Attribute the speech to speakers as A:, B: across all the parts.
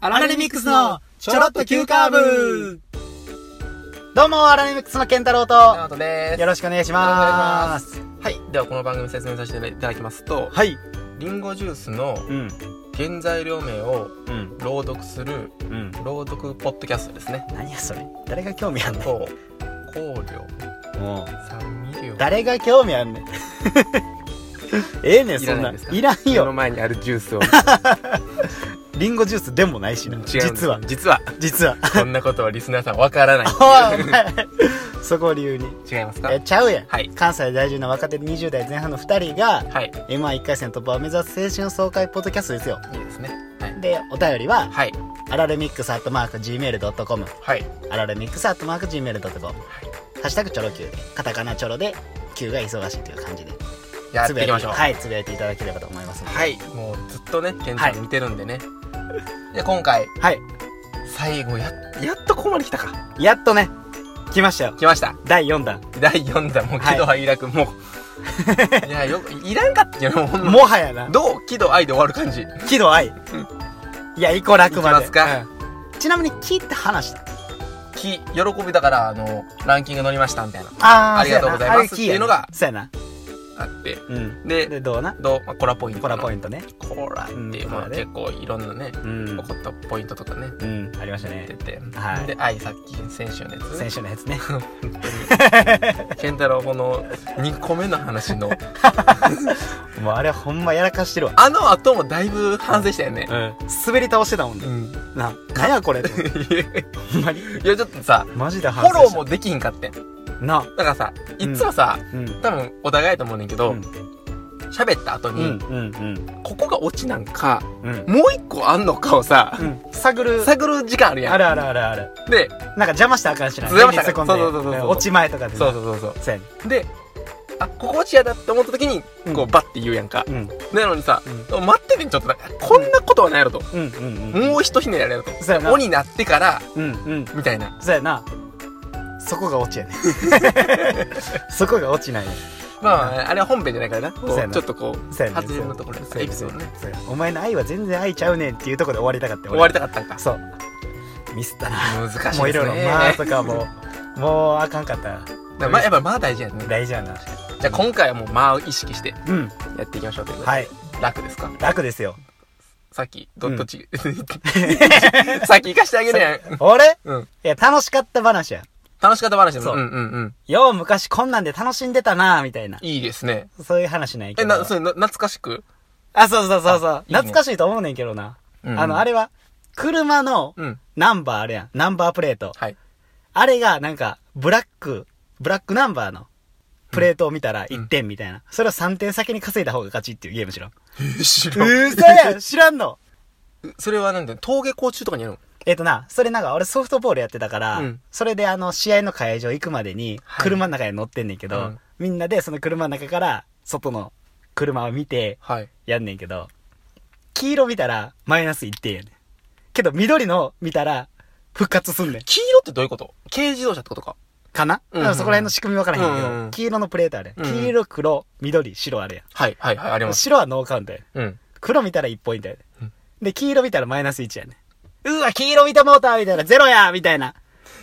A: アラレミックスのちょろっと急カーブ
B: どうも、アラレミックスの健太郎
C: ナ
B: と、
C: オトです。
B: よろしくお願いします。
C: はい。では、この番組説明させていただきますと、
B: はい。
C: リンゴジュースの
B: うん、
C: 原材料名を
B: うん、
C: 朗読する
B: うん。
C: 朗読ポッドキャストですね。
B: 何やそれ。誰が興味あんの
C: と、香料、
B: もう、
C: 酸味料。
B: 誰が興味あんねん。 ええねん、そんな。
C: いらないですか
B: いらん
C: 目の
B: よ。
C: 前にあるジュースを
B: リンゴジュースでもないしな。
C: 違うんです
B: 実は、
C: 実は
B: 実は。
C: こんなことはリスナーさんわからない
B: おい、お前。そこを理由に。
C: 違いますか
B: え、ちゃうやん。
C: はい
B: 関西在住の若手20代前半の2人が、
C: はい
B: M11 回戦突破を目指す青春爽快ポッドキャストですよ。
C: いいですねはい
B: で、お便りは、
C: はい
B: アラレミックスアットマーク Gmail.com。
C: はい
B: アラレミックスアットマーク Gmail.com。ハッシュタグチョロ Q で、カタカナチョロで、Q が忙しいという感じで、
C: やって
B: つ
C: いき
B: ぶやいて、
C: ましょう
B: はい、つぶやいていただければと思いますので。
C: はいもうずっとねケンちゃんに似てるんでね、で今回
B: はい。
C: 最後ややっとここまで来たか
B: やっとね、来ましたよ。
C: 来ました
B: 第4弾。
C: 第4弾もう喜怒哀楽、もういやよいらんかったよもうほんま
B: もはやな、
C: どう喜怒哀で終わる感じ
B: 喜怒哀。いや、イコ楽ま
C: いきま
B: で。
C: すか
B: うんちなみに、喜って話した。
C: 喜喜びだからあのランキング乗りましたみたいな
B: あ
C: ありがとうございますっていうのが
B: そうやな。
C: あって
B: うん。
C: で
B: で、どうな
C: どう、まあ、コラポイント
B: コラポイ
C: ン
B: ントね。
C: トコラっていう、
B: うん
C: ま
B: コラ
C: あ、
B: ね
C: 結構いろんなね
B: うん。
C: 怒ったポイントとかね
B: うん。ありました
C: 出
B: ね。
C: て、
B: はい
C: で愛さっき先週のやつ
B: 先週のやつね。
C: 健太郎この2個目の話の
B: もうあれほんまやらかしてるわ。
C: あの後もだいぶ反省したよね
B: うん。滑り倒してたもんね
C: う。ん
B: な、なんや これって。ほんまに。
C: いやちょっとさ
B: マジで
C: フ
B: 反
C: ォロ
B: 省
C: ー
B: した。
C: もできんかってんだ
B: な。
C: からさいっつもさ、
B: うん。
C: 多分お互いやと思うねんけ
B: う
C: ど
B: ん
C: 喋、った後
B: う
C: に、
B: んうん
C: ここがオチなんか
B: うん。うん。
C: もう一個あんのかをさ、
B: うん。探る。
C: 探る時間あるやん
B: あるあるあるある。
C: で
B: なんか邪魔したらあかんしな。
C: 邪魔したらあかん
B: 目に突っ込んで
C: そうそうそうそうん
B: 落ち前とかで。
C: そうそうそうそう
B: そうやね。
C: であここ落ちやだって思った時にこう、
B: うん
C: バッて言うやんか
B: うん。
C: なのにさ、
B: う
C: 待っててちょっとなんかこんなことはないやろと、
B: うんうんうん。
C: もうひとひねりやろと
B: そうや
C: 「
B: な
C: お」。になってから
B: うんうん。
C: みたいな
B: そうやな。そこが落 ちやね。そこが落ちないね。
C: まああれは本編じゃないからなこう
B: そうやな
C: ちょっとこう
B: そうやね。
C: 外れのところや
B: そ
C: エ
B: うや
C: ピ
B: ね
C: ソードね
B: そうやねお前の愛は全然愛ちゃうねんっていうところで終わりたかった。
C: 終わりたかったんか
B: そう。ミスったな。
C: 難しいですね
B: もういろいろ、まあとかも、もうあかんかった。
C: だからまあやっぱまあ大事やね
B: 大事やな。
C: じゃあ今回はもう間を意識して
B: うん。
C: やっていきましょうということで、
B: はい。
C: 楽ですか
B: 楽ですよ。
C: さっきど
B: うん
C: どっち、 さっき行かしてあげるやん、
B: あれ
C: うん、
B: いや、楽しかった話や。
C: 楽しかった話でも
B: そう
C: うんうんうん
B: よう昔こんなんで楽しんでたなみたいな。
C: いいですね
B: そういう話ないけ
C: え
B: ど。
C: なそれな懐かしく、
B: あ、そうそうそうそう
C: あ。いいね
B: 懐かしいと思うねんけどな。
C: うん
B: あの、あれは、車の
C: うん
B: ナンバーあるやん。ナンバープレート。
C: はい
B: あれが、なんか、ブラック、ブラックナンバーのプレートを見たら1点みたいな。それを3点先に稼いだ方が勝ちっていうゲームしろ。う
C: え知らん
B: そやん知らんの
C: それはなんだ登下校中とかにやるの
B: えっとな、それなんか俺ソフトボールやってたから、
C: うん
B: それであの試合の会場行くまでに
C: はい
B: 車の中に乗ってんねんけど、
C: うん
B: みんなでその車の中から外の車を見て
C: はい
B: やんねんけど、黄色見たらマイナス1点やねん。けど緑の見たら復活すんねん。
C: 黄色ってどういうこと軽自動車ってことか
B: かな、
C: うん
B: だからそこら辺の仕組みわからへんけど、
C: うんうん
B: 黄色のプレートあるやん。
C: うん
B: 黄色、黒、緑、白ある
C: はいはいはいあり
B: やん。
C: ます
B: 白はノーカウントやん。
C: うん
B: 黒見たら1ポイントやで
C: うん。
B: で、黄色見たらマイナス1やね。うわ、黄色見たモーターみたいな、ゼロやみたいな。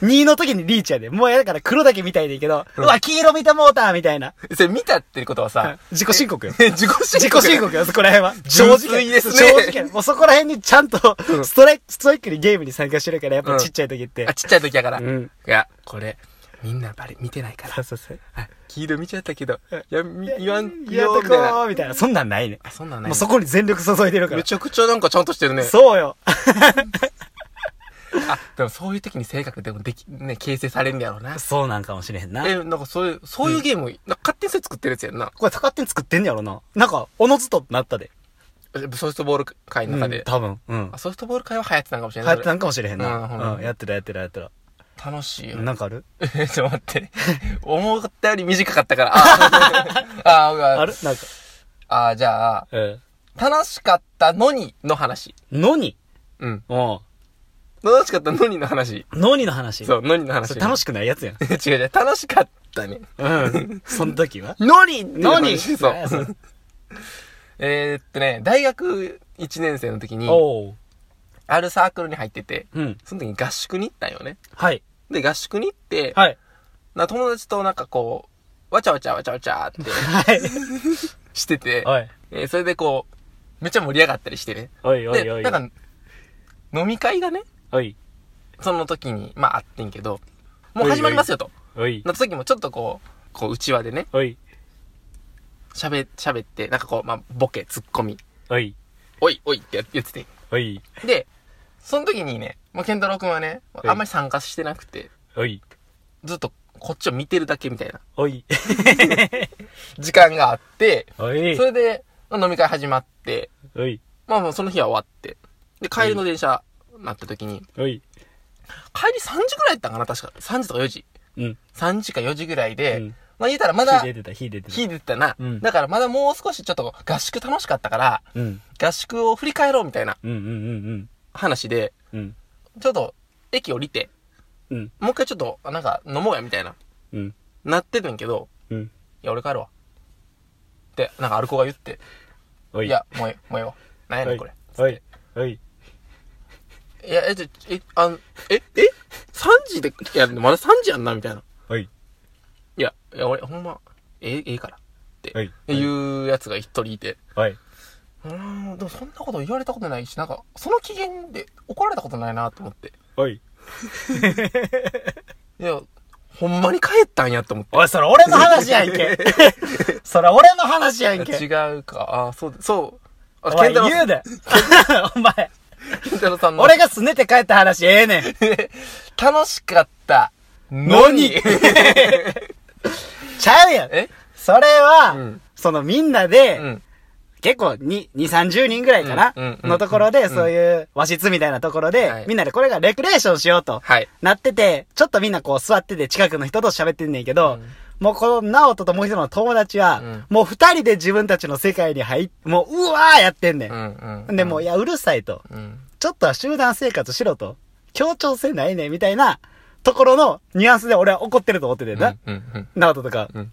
B: 2の時にリーチやで。もうやだから黒だけ見たいねんけど、うわ、黄色見たモーターみたいな。
C: それ見たってことはさ
B: 自己申告よ。
C: 自己申
B: 自己申告よ、そこら辺は。
C: 純
B: 正直
C: 粋
B: や
C: ですね
B: 正直やもうそこら辺にちゃんと
C: うん
B: ストライク、ストライクにゲームに参加してるから、やっぱちっちゃい時って。
C: あちっちゃい時やから、
B: うん
C: いやこれみんなバレ見てないから
B: そうそうそう。
C: あ黄色見ちゃったけど、いや、み言わん
B: やっ
C: よ、
B: と
C: みたいな。
B: こうみたいな。そんなんないね。
C: あ、そんなんない
B: も
C: の
B: うそこに全力注いでるから
C: め。ちゃくちゃなんかちゃんとしてるね。
B: そうよ。
C: あ、でもそういう時に性格でもでき、ね、形成されるんやろうな。
B: そうなんかもしれへんな。
C: え、なんかそういう、そういうゲーム、なんか勝手にそれ作ってるやつやんな。
B: これ、高ってん作ってんねやろな。なんか、おのずとなったで。
C: ソフトボール会の中で
B: うん。多分。うん
C: あ。ソフトボール会は流行ってたんかもしれ
B: 流
C: ない。
B: 行ってたんかもしれへん
C: うんほんま
B: な。うん。やってたやってたやってた。
C: それ楽しいよ。
B: なんかある
C: え、 ちょっと待って。思ったより短かったから。ああー、
B: あ
C: あ
B: るなんか。
C: あー、じゃあ、
B: え
C: 楽しかったのにの話。
B: え。のに
C: うん。
B: うん。
C: 楽しかったのにの話。
B: のにの話。
C: そう、のにの話。
B: それ楽
C: し
B: しくないやつやん。
C: 違う違う、楽しかったね。
B: うん。その時 は
C: のに
B: のに
C: そ
B: あそう
C: う。えーっとね、大学1年生の時に、
B: おう。
C: あるサークルに入ってて、
B: うん。
C: その時に合宿に行ったんよね。
B: はい。
C: で、合宿に行って、
B: はい。
C: な友達となんかこう、わちゃわちゃわちゃわちゃ って
B: はい。
C: してて、
B: おい。
C: えーそれでこう、めっちゃ盛り上がったりしてね。
B: おいお
C: で、
B: いおい。
C: なんか、飲み会がね、
B: おい。
C: その時に、まああってんけど、もう始まりますよと。
B: おい。
C: なった時もちょっとこう、こう、内輪でね、
B: おい。
C: 喋、喋って、なんかこう、まあ、ボケ、ツッコミ、
B: おい。
C: おい、おいってや言ってて。
B: おい。
C: で、その時にね、まあ、ケンタロウくんはね、
B: い
C: あんまり参加してなくて、
B: おい。
C: ずっとこっちを見てるだけみたいな
B: おい。
C: 時間があって、
B: おい
C: そ。れで、まあ飲み会始まって、
B: おい。
C: まあもうその日は終わって、で、帰りの電車なった時に、
B: おい。
C: 帰り3時ぐらいやったんかな確か。3時とか4時。
B: うん。
C: 3時か4時ぐらいで、
B: うん
C: まあ言うたらまだ
B: 火、出てた、火出てた。
C: 火出てたな、
B: うん
C: だからまだもう少しちょっと合宿楽しかったから、
B: うん。
C: 合宿を振り返ろうみたいな
B: うんうんうん
C: 話で、
B: うん。うん。
C: ちょっと駅降りて、
B: うん。
C: もう一回ちょっと、なんか飲もうやみたいな、
B: うん。
C: なっててんけど、
B: うん。
C: いや俺帰るわ。って、なんかアルコが言って、
B: おい。
C: いや、もうええ、もうええわ。なんやねんこれ。
B: おい。おい。
C: いや、え、ちょ、え、あん、え、え ?3 時で、いや、まだ3時やんな、みたいな。
B: おい。
C: いや、いや俺、ほんま、ええ、ええから。って、
B: はい
C: いうやつが一人いて。
B: おい。
C: うーん、でもそんなこと言われたことないし、なんか、その機嫌で怒られたことないなと思って。
B: おい。
C: いや、ほんまに帰ったんやと思って。
B: おい、それ俺の話やん け。それ俺の話やんけ。
C: 違うか、ああ、そうだ、そう。あ、
B: お
C: ケン
B: い、
C: タロウ
B: 言うで。 お前、
C: ケンタロウさんの。
B: 俺がすねて帰った話ええねん。
C: 楽しかった。
B: のにちゃうやん。
C: え
B: それは、
C: うん
B: そのみんなで、
C: うん。
B: 結構に、2、30人ぐらいかな、
C: うんうんうん
B: のところで、
C: ん
B: そういう和室みたいなところで、
C: はい
B: みんなでこれがレクレーションしようと。
C: はい。
B: なってて、ちょっとみんなこう座ってて近くの人と喋ってんねんけ
C: う
B: ど、
C: ん
B: もうこの直人ともう一人の友達は、
C: うん
B: もう二人で自分たちの世界に入っもううわーやってんね。
C: うんんうん。
B: で、もういや、うるさいと。
C: うん。
B: ちょっとは集団生活しろと。協調性ないね、みたいなところのニュアンスで俺は怒ってると思ってて
C: うん。
B: な。
C: うんうん。
B: ナオトとか。
C: うん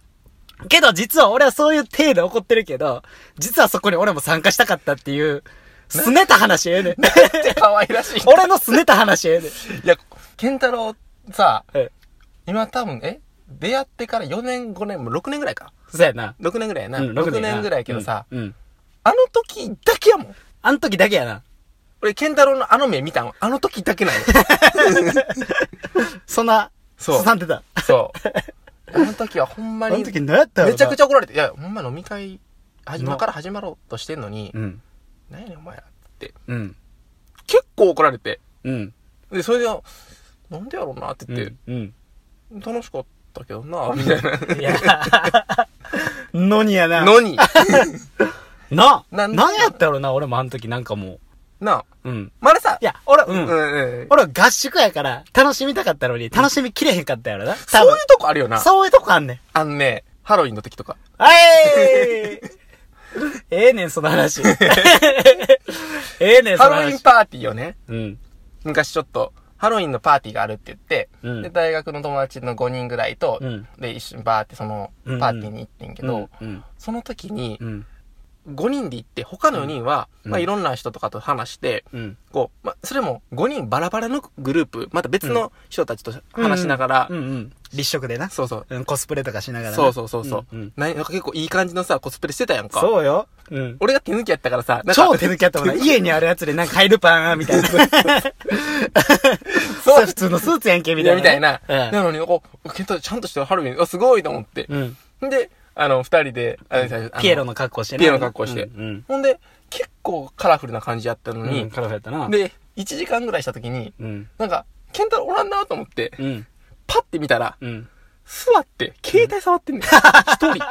B: けど実は俺はそういう体で怒ってるけど、実はそこに俺も参加したかったっていう、すねた話ええね
C: っ
B: ん。
C: て可愛らしい。
B: 俺のすねた話ええねん。
C: いや、ケンタロウさ、
B: え
C: 今多分、え出会ってから4年、5年、もう6年ぐらいか。
B: そうやな。
C: 6年ぐらいやな。
B: うん
C: 6年ぐらいやけどさ、、
B: うんうん。
C: あの時だけやもん。
B: あの時だけやな。
C: 俺、ケンタロウのあの目見たんあの時だ けなの。
B: そんな、
C: そう
B: すさんでた。
C: そう。あの時はほん
B: あ
C: ま
B: の
C: に、
B: 時何やったの
C: めちゃくち
B: ゃ。
C: ゃ怒られて、いや、ほんま飲み会、はじ
B: な
C: 今から始まろうとしてんのに
B: う、ん。
C: 何やねんお前らって。
B: うん。
C: 結構怒られて。
B: うん。
C: で、それで、なんでやろうなって
B: う
C: 言って
B: ん、うん。
C: 楽しかったけどな、み たい
B: いや、のにや
C: な。
B: な。
C: のに、
B: な、
C: な
B: なんん
C: だ
B: やったろな、俺もあの時なんかも
C: なあ、
B: う。うん。
C: まださ
B: い、や、俺、
C: う
B: うん
C: ん。うん。
B: 俺は合宿やから、楽しみたかったのに、楽しみきれへんかったやろな。
C: そういうとこあるよな。
B: そういうとこあんねん。
C: あのね、ハロウィンの時とか。
B: あえー ええねん、そ の話。ええねん、そ
C: ハ
B: の
C: ロウィン
B: 話。
C: パーティーをね、
B: うん。
C: 昔ちょっと、ハロウィンのパーティーがあるって言って、
B: うん
C: で、大学の友達の5人ぐらいと、
B: うん
C: で、一緒にバーってその、パ
B: うんうん
C: ーティーに行ってんけど、
B: うん。
C: その時に
B: う、ん。
C: 5人で行って、他の4人は、
B: うん
C: まあ、いろんな人とかと話して、
B: うん。
C: こう、まあ、それも5人バラバラのグループ、また別の人たちと話しながら、
B: うんうん。立食でな。
C: そうそう、
B: うん、コスプレとかしながらな。
C: そうそうそうそう、
B: うんん
C: ななんか結構いい感じのさ、コスプレしてたやんか。
B: そうよ。うん。
C: 俺が手抜きやったからさ、なんか
B: 超手抜きやった もんな。 家にあるやつでなんか入るパンみたいな。
C: そう
B: そう。普通のスーツやんけ、み
C: み
B: た
C: た
B: い
C: い
B: な。
C: な。みたいな。
B: うん
C: なのに、こう、ケンタちゃんとしてるハロウィン、あすごいと思って。
B: うん。
C: で、あの、二人で、あの最初あ
B: ピエロの格好してね
C: ピエロの格好して。
B: うんうん。
C: ほんで、結構カラフルな感じやったの
B: うん。
C: に、
B: カラフルやったな。
C: で、1時間ぐらいした時に、
B: うん。
C: なんか、ケンタロウおらんなと思って、
B: うん。
C: パッて見たら、
B: うん。
C: 座って、携帯触ってんねん。一人。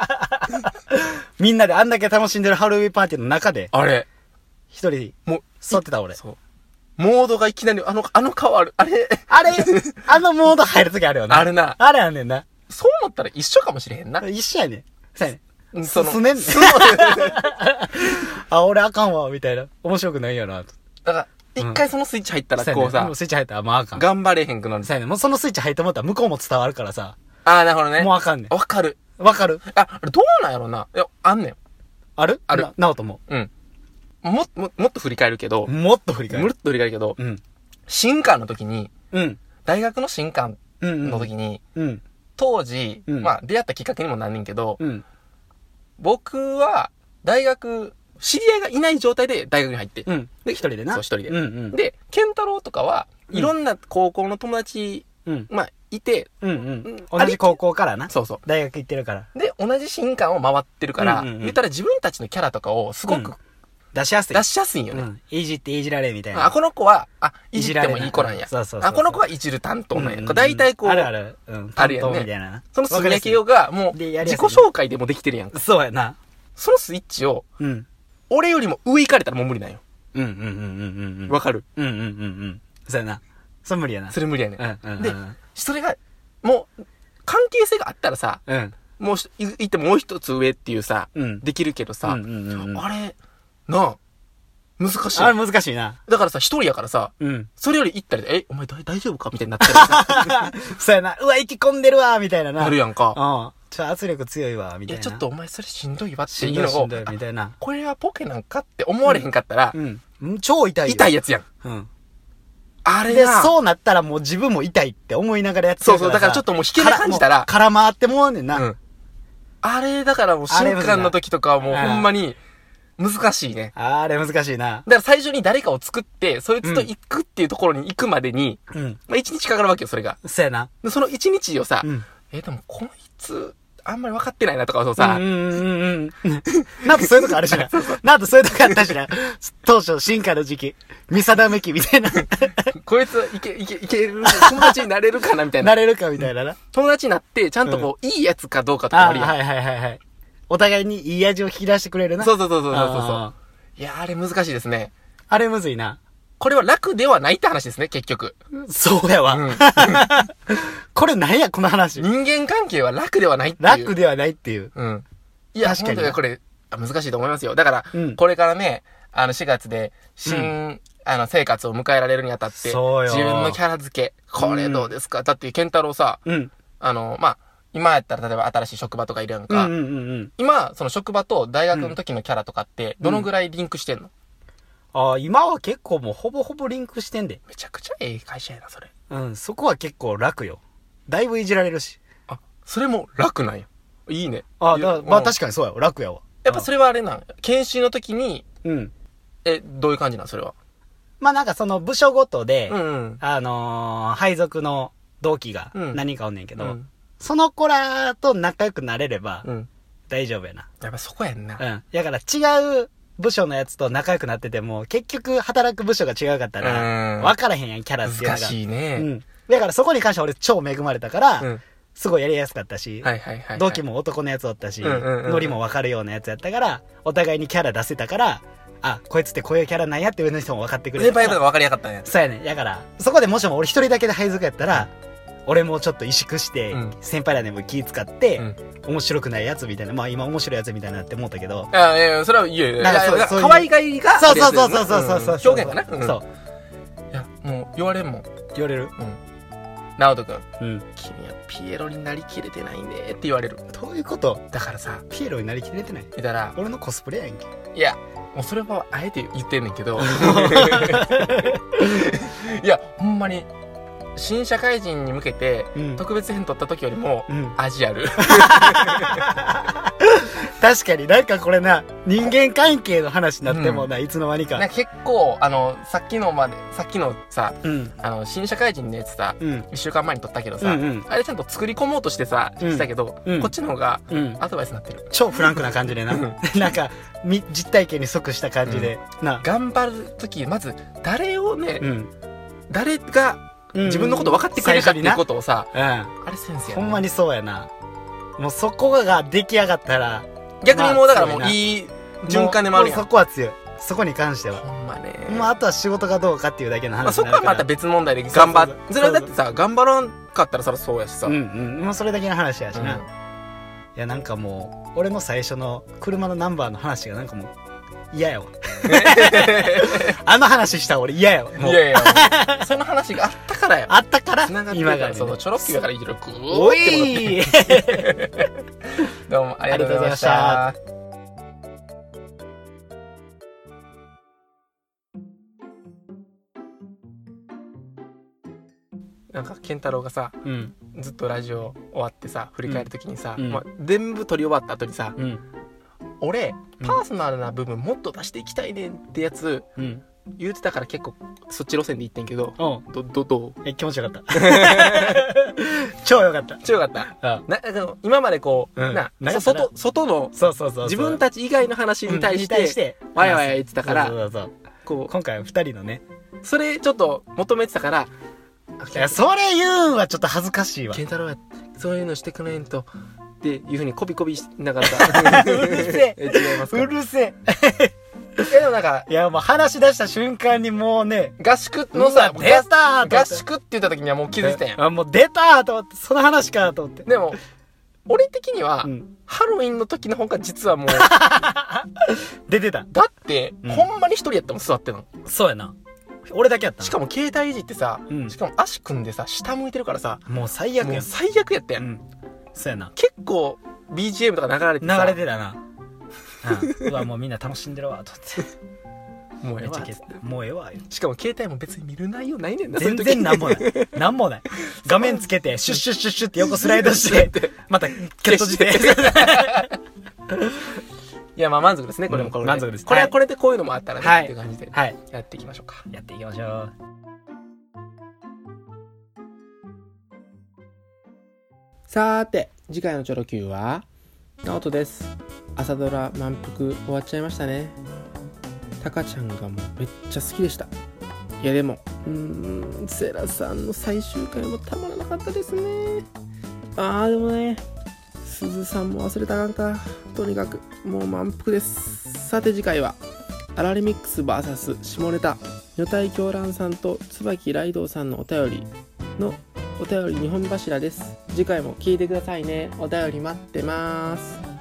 B: みんなであんだけ楽しんでるハロウィンパーティーの中で、
C: あれ、
B: 一人
C: もう、
B: 座ってた俺。
C: そう。モードがいきなり、あの、あの顔ある。あれ、
B: あれ、あのモード入るときあるよな。
C: あるな
B: あれやねんな。
C: そう思ったら一緒かもしれへんな。
B: 一緒やねん。そうやねん。
C: その
B: すね んねん
C: その
B: あ、俺あかんわ、みたいな。面白くないよな、と。
C: だから、一回そのスイッチ入ったら、
B: そうや
C: こ
B: ね
C: うんさ
B: もう、スイッチ入ったら、まああかん。
C: 頑張れへんくなる。
B: そうやねんもうそのスイッチ入ってもったら向こうも伝わるからさ。
C: ああ、なるほどね。
B: もうあかんねん
C: わかる。
B: わかる
C: あ、あれどうなんやろな。いや、あんねん。
B: ある
C: ある
B: ななおとも。
C: うん。も、も、もっと振り返るけど、
B: もっと振り返
C: むる
B: る。
C: っと振り返るけど、
B: うん。
C: 新刊の時に、
B: うん。
C: 大学の新刊
B: うん。
C: の時に、
B: うん。
C: 当時、
B: うん
C: まあ出会ったきっかけにもなんねんけど、
B: うん。
C: 僕は大学、知り合いがいない状態で大学に入って、
B: うん。で、一人でな。
C: そう一人で。
B: うんうん。
C: で、ケンタロウとかは、
B: ん
C: いろんな高校の友達、
B: うん。
C: まあいて、
B: うんう
C: うん
B: ん。同じ高校からな。
C: そうそう。
B: 大学行ってるから。
C: で、同じ新刊を回ってるから、
B: うんうんうん
C: 言ったら自分たちのキャラとかをすごく
B: うん出しやすい。
C: 出しやすいんよ
B: う
C: ね。
B: ん。いじっていじられみたいな。
C: あ、この子は、あ、いじっても
B: いじられない
C: い子なんや。
B: そうそうそうそう
C: あ、この子はいじる担当なんや。
B: うん
C: こう大体こう、
B: あるある。うん。
C: あ
B: 担
C: るやん
B: 当
C: ね
B: みたいな。
C: そのす
B: わ
C: み
B: かりや
C: や
B: す
C: け
B: い
C: ようが、もう、
B: でや
C: 自
B: り
C: 己
B: やすいね
C: 紹介でもできてるやんか。
B: そうやな。
C: そのスイッチを、
B: うん。
C: 俺よりも上行かれたらもう無理なんよ。
B: うんうんうんうんうんうん。
C: わかる
B: うんうんうんうん。そうやな。それ無理やな。
C: それ無理やねん。
B: うんうんうん
C: で、それが、もう、関係性があったらさ、
B: うん。
C: もうし、い行ってもう一つ上っていうさ、
B: うん
C: できるけどさ、
B: うんうんうんうん
C: あれ、なあ、難しい
B: あ
C: やん。
B: れ難しいな。
C: だからさ、一人やからさ、
B: うん。
C: それより行ったら、え、お前大大丈夫かみたいになったりさ
B: そうやな。うわ、生き込んでるわ、みたいなな。
C: なるやんか。
B: うん。ちょ、圧力強いわ、み
C: い
B: たい
C: や、
B: な。
C: ちょっと、お前それしんどいわって
B: し
C: いう
B: んどい
C: の
B: し
C: を
B: んど、い、みたいな
C: あ。これはポケなんかって思われへんかったら、
B: うん。うん超痛いよ。
C: 痛いやつやん。
B: うん。
C: あれ
B: で、
C: が、
B: そうなったらもう自分も痛いって思いながらやってる
C: そうそうだからちょっともう引けな感じたら
B: もう空回ってもうねんな。
C: うん。あれ、だからもう、
B: あれ
C: 新刊の時とかはもう、
B: 難しい
C: ほんまに、難しいね。
B: あれ難しいな。
C: だから最初に誰かを作って、そいつと行くっていうところに行くまでに、
B: うん。
C: まあ一日かかるわけよ、それが。
B: そうやな。
C: で、その一日をさ、
B: うん。
C: え、でもこいつ、あんまり分かってないなとか、そう
B: うん
C: さ、
B: うんうんうん。なん とそういうとこあるしな。なんとそういうとこあったしな。当初、進化の時期、見定め期みたいな、
C: こいついけ、いけ、いける、友達になれるかな、みたいな。
B: なれるかみたいなな。
C: 友達になって、ちゃんとこう、いいやつかどうかとかあるやん。
B: はいはいはいはい。お互いにいい味を引き出してくれるな。
C: そう
B: う
C: そうそうそうそうそう。
B: あ
C: いやー、あれ難しいですね。
B: ーあれむずいな。
C: これは楽ではないって話ですね、結局。
B: そうやわ。 これなんや、この話。
C: 人間関係は楽ではないっていう。
B: 楽ではないっていう。
C: うん。いや、
B: 確かに
C: 本当これ、あ難しいと思いますよ。だから、
B: うん
C: これからね、あの、4月で、新、
B: う
C: あの、生活を迎えられるにあたって、自
B: そうよ
C: 分のキャラ付け、これどうですか、だって、ケンタロウさ、
B: うん。
C: あの、まあ、今やったら、例えば新しい職場とかいるやん
B: うん
C: か、
B: うんうんうん。
C: 今、その職場と大学の時のキャラとかって、どのぐらいリンクしてんの、
B: ああ、今は結構もうほぼほぼリンクしてんで。
C: めちゃくちゃええ会社やな、それ。
B: うん、そこは結構楽よ。だいぶいじられるし。
C: あ、それも楽なんや。いいね。
B: ああ、
C: い
B: だ
C: や
B: からま
C: う
B: あ
C: ん
B: 確かにそうやわ。楽やわ。
C: やっぱそれはあれなん研修の時に、
B: うん。
C: え、どういう感じなんそれは。
B: まあなんかその部署ごとで、
C: うんうん。
B: あのー配属の同期が
C: うん
B: 何人かおんねんけど、
C: うん
B: その子らと仲良くなれれば
C: うん。
B: 大丈夫やな。
C: やっぱそこやんな。
B: うん。だから違う部署のやつと仲良くなってても、結局働く部署が違うかった
C: う
B: ら、
C: ん
B: 分からへんやん、キャラっていうの
C: 難
B: が。
C: しいね。
B: うん。だからそこに関しては俺超恵まれたから、
C: うん
B: すごいやりやすかったし、
C: はいはいはい。
B: 同期。も男のやつおったし、
C: うんうんうんうん
B: ノリも分かるようなやつやったから、お互いにキャラ出せたから、あ、こいつってこういうキャラなんやって上の人も分かってくれ
C: 先
B: たか。
C: 輩とから分かりやかったんや。
B: そうやねん。だから、そこでもしも俺一人だけで配属やったら、俺もちょっと萎縮して、
C: うん
B: 先輩らにも気使って、
C: うん
B: 面白くないやつみたいな、まあ今面白いやつみたいになって思ったけど、
C: あいやいや、それは、いやいや、
B: なんか
C: いや
B: そう
C: いや
B: そういう
C: 可愛がりが、
B: そうそうそうそうそうそうそう、
C: ん表現かな。うん
B: そう。。
C: いや、もう、言われんもん。
B: 言われる
C: ナオト君、
B: うん。
C: 君はピエロになりきれてないねって言われる。
B: どういうこと
C: だからさ、
B: ピエロになりきれてない
C: 言ったら、
B: 俺のコスプレやんけ。
C: いや、もうそれはあえて言ってんねんけ ど。いや、ほんまに、新社会人に向けて、
B: うん。
C: 特別編撮った時よりも、
B: うん。
C: アジア ル。
B: 確かになんかこれな、人間関係の話になってもな、いつの間に
C: なん
B: か。
C: か結構、あの、さっきのまで、さっきのさ、
B: うん。
C: あの、新社会人のやつさ、
B: うん。
C: 一週間前に撮ったけどさ、
B: うんうん
C: あれちゃんと作り込もうとしてさ、
B: うん
C: したけど、
B: うん
C: こっちの方が
B: うん。
C: アドバイスになってる。
B: 超フランクな感じでな。なんか、み実体験に即した感じで。な。
C: 頑張るとき、まず、誰をね、
B: うん。
C: 誰が自分のこと分かってくれるかっていうことをさ、
B: と。う
C: あれ先生
B: ん。
C: や
B: ほ
C: ね
B: んまにそうやな。もうそこが出来上がったら、
C: 逆にもうだからも
B: まあ
C: ういい循環でもあるや
B: もうもうんそ。こは強い。そこに関しては。
C: ほんまね。
B: もうあとは仕事がどうかっていうだけの
C: まあ、
B: 話
C: そ
B: に
C: こ
B: な
C: は
B: るから。
C: また別問題で
B: そう
C: 頑
B: そうそう
C: 張っ、それはだってさ、頑張らんかったらそらそうやしさ。
B: うんうん。もうそれだけの話やし
C: うん
B: な。いやなんかもう俺の最初の車のナンバーの話がなんかもう 嫌やわあの話した俺嫌やわも
C: いうやいや、その話があったからや。
B: あったから
C: 繋がってる
B: 今
C: か
B: が
C: ら、
B: ね
C: そのちょろっきだからいいけど、グー
B: お
C: って戻って
B: い
C: どうもありがとうございまし
B: ありがとうございました
C: た。なんか健太郎がさ
B: うん。
C: ずっとラジオ終わってさ振り返る時にさ、
B: うん
C: まあ、全部撮り終わった後にさ
B: うん。
C: 「俺パーソナルな部分もっと出していきたいねん」ってやつ
B: うん。
C: 言うてたから結構そっち路線で行ってんけど
B: うん。
C: どどど
B: え、気持ちよか った。超よかった。
C: う強かった
B: うん。
C: なでも今までこう、
B: うん
C: な
B: なんか
C: そ外外の
B: そうそうそうそう。
C: 自分たち以外の話に対し
B: うん
C: て,、わやわや言ってたから
B: そうそうそうそう
C: こ
B: 今回は二人のね。
C: うそれちょっと求めてたから
B: いや、それ言うんはちょっと恥ずかしいわ。
C: 健太郎はそういうのしてくれんとっていうふうにこびこびしながらさ
B: うるせ
C: え 違います
B: う
C: か
B: るせ
C: えでもなんか
B: え。いや、もう話し出した瞬間にもうね、
C: 合宿のさ
B: うわ出たーと思
C: 合
B: って
C: 宿って言った時にはもう気づいてたやん
B: あ、もう出たーと思って、その話かと思って。
C: でも俺的には、
B: うん。
C: ハロウィンの時の方が実 はもう
B: 出てた。
C: だって、
B: うん
C: ほんまに一人やったもん座ってんの
B: そうやな。俺だけやったな
C: しかも携帯いじってさ、
B: うん
C: しかも足組んでさ下向いてるからさ
B: もう最悪
C: も
B: や。
C: うん最悪やったや、
B: うんん。そうやな。
C: 結構 BGM とか流れて
B: 流
C: さ
B: れてたな。うん、うわ、もうみんな楽しんでるわ、と思っ て。
C: もう
B: め
C: や
B: っち
C: ば
B: ゃ
C: い
B: 消す。もうええわ。
C: しかも携帯も別に見る内容ないねんな
B: 全
C: そういう時
B: 然なんもない。なんもない。画面つけて、シュッシュッシュッシュッって横スライドして、また、ケットして。
C: いやまあ満足ですねこれ
B: う
C: も
B: ん
C: これ、
B: 満足です
C: これ
B: は
C: はいこれでこういうのもあったらね、
B: はい
C: っていう感じで
B: はい。
C: やっていきましょうか
B: やっていきましょう。
C: さーて次回のチョロ Q はナオトです朝ドラ満腹終わっちゃいましたねタカちゃんがもうめっちゃ好きでしたいやでもうーんセラさんの最終回もたまらなかったですねあーでもねすずさんも忘れたらあかんかとにかくもう満腹ですさて次回はアラレミックス VS 下ネタ女体狂乱さんと椿ライドウさんのお便りのお便り2本柱です次回も聞いてくださいねお便り待ってます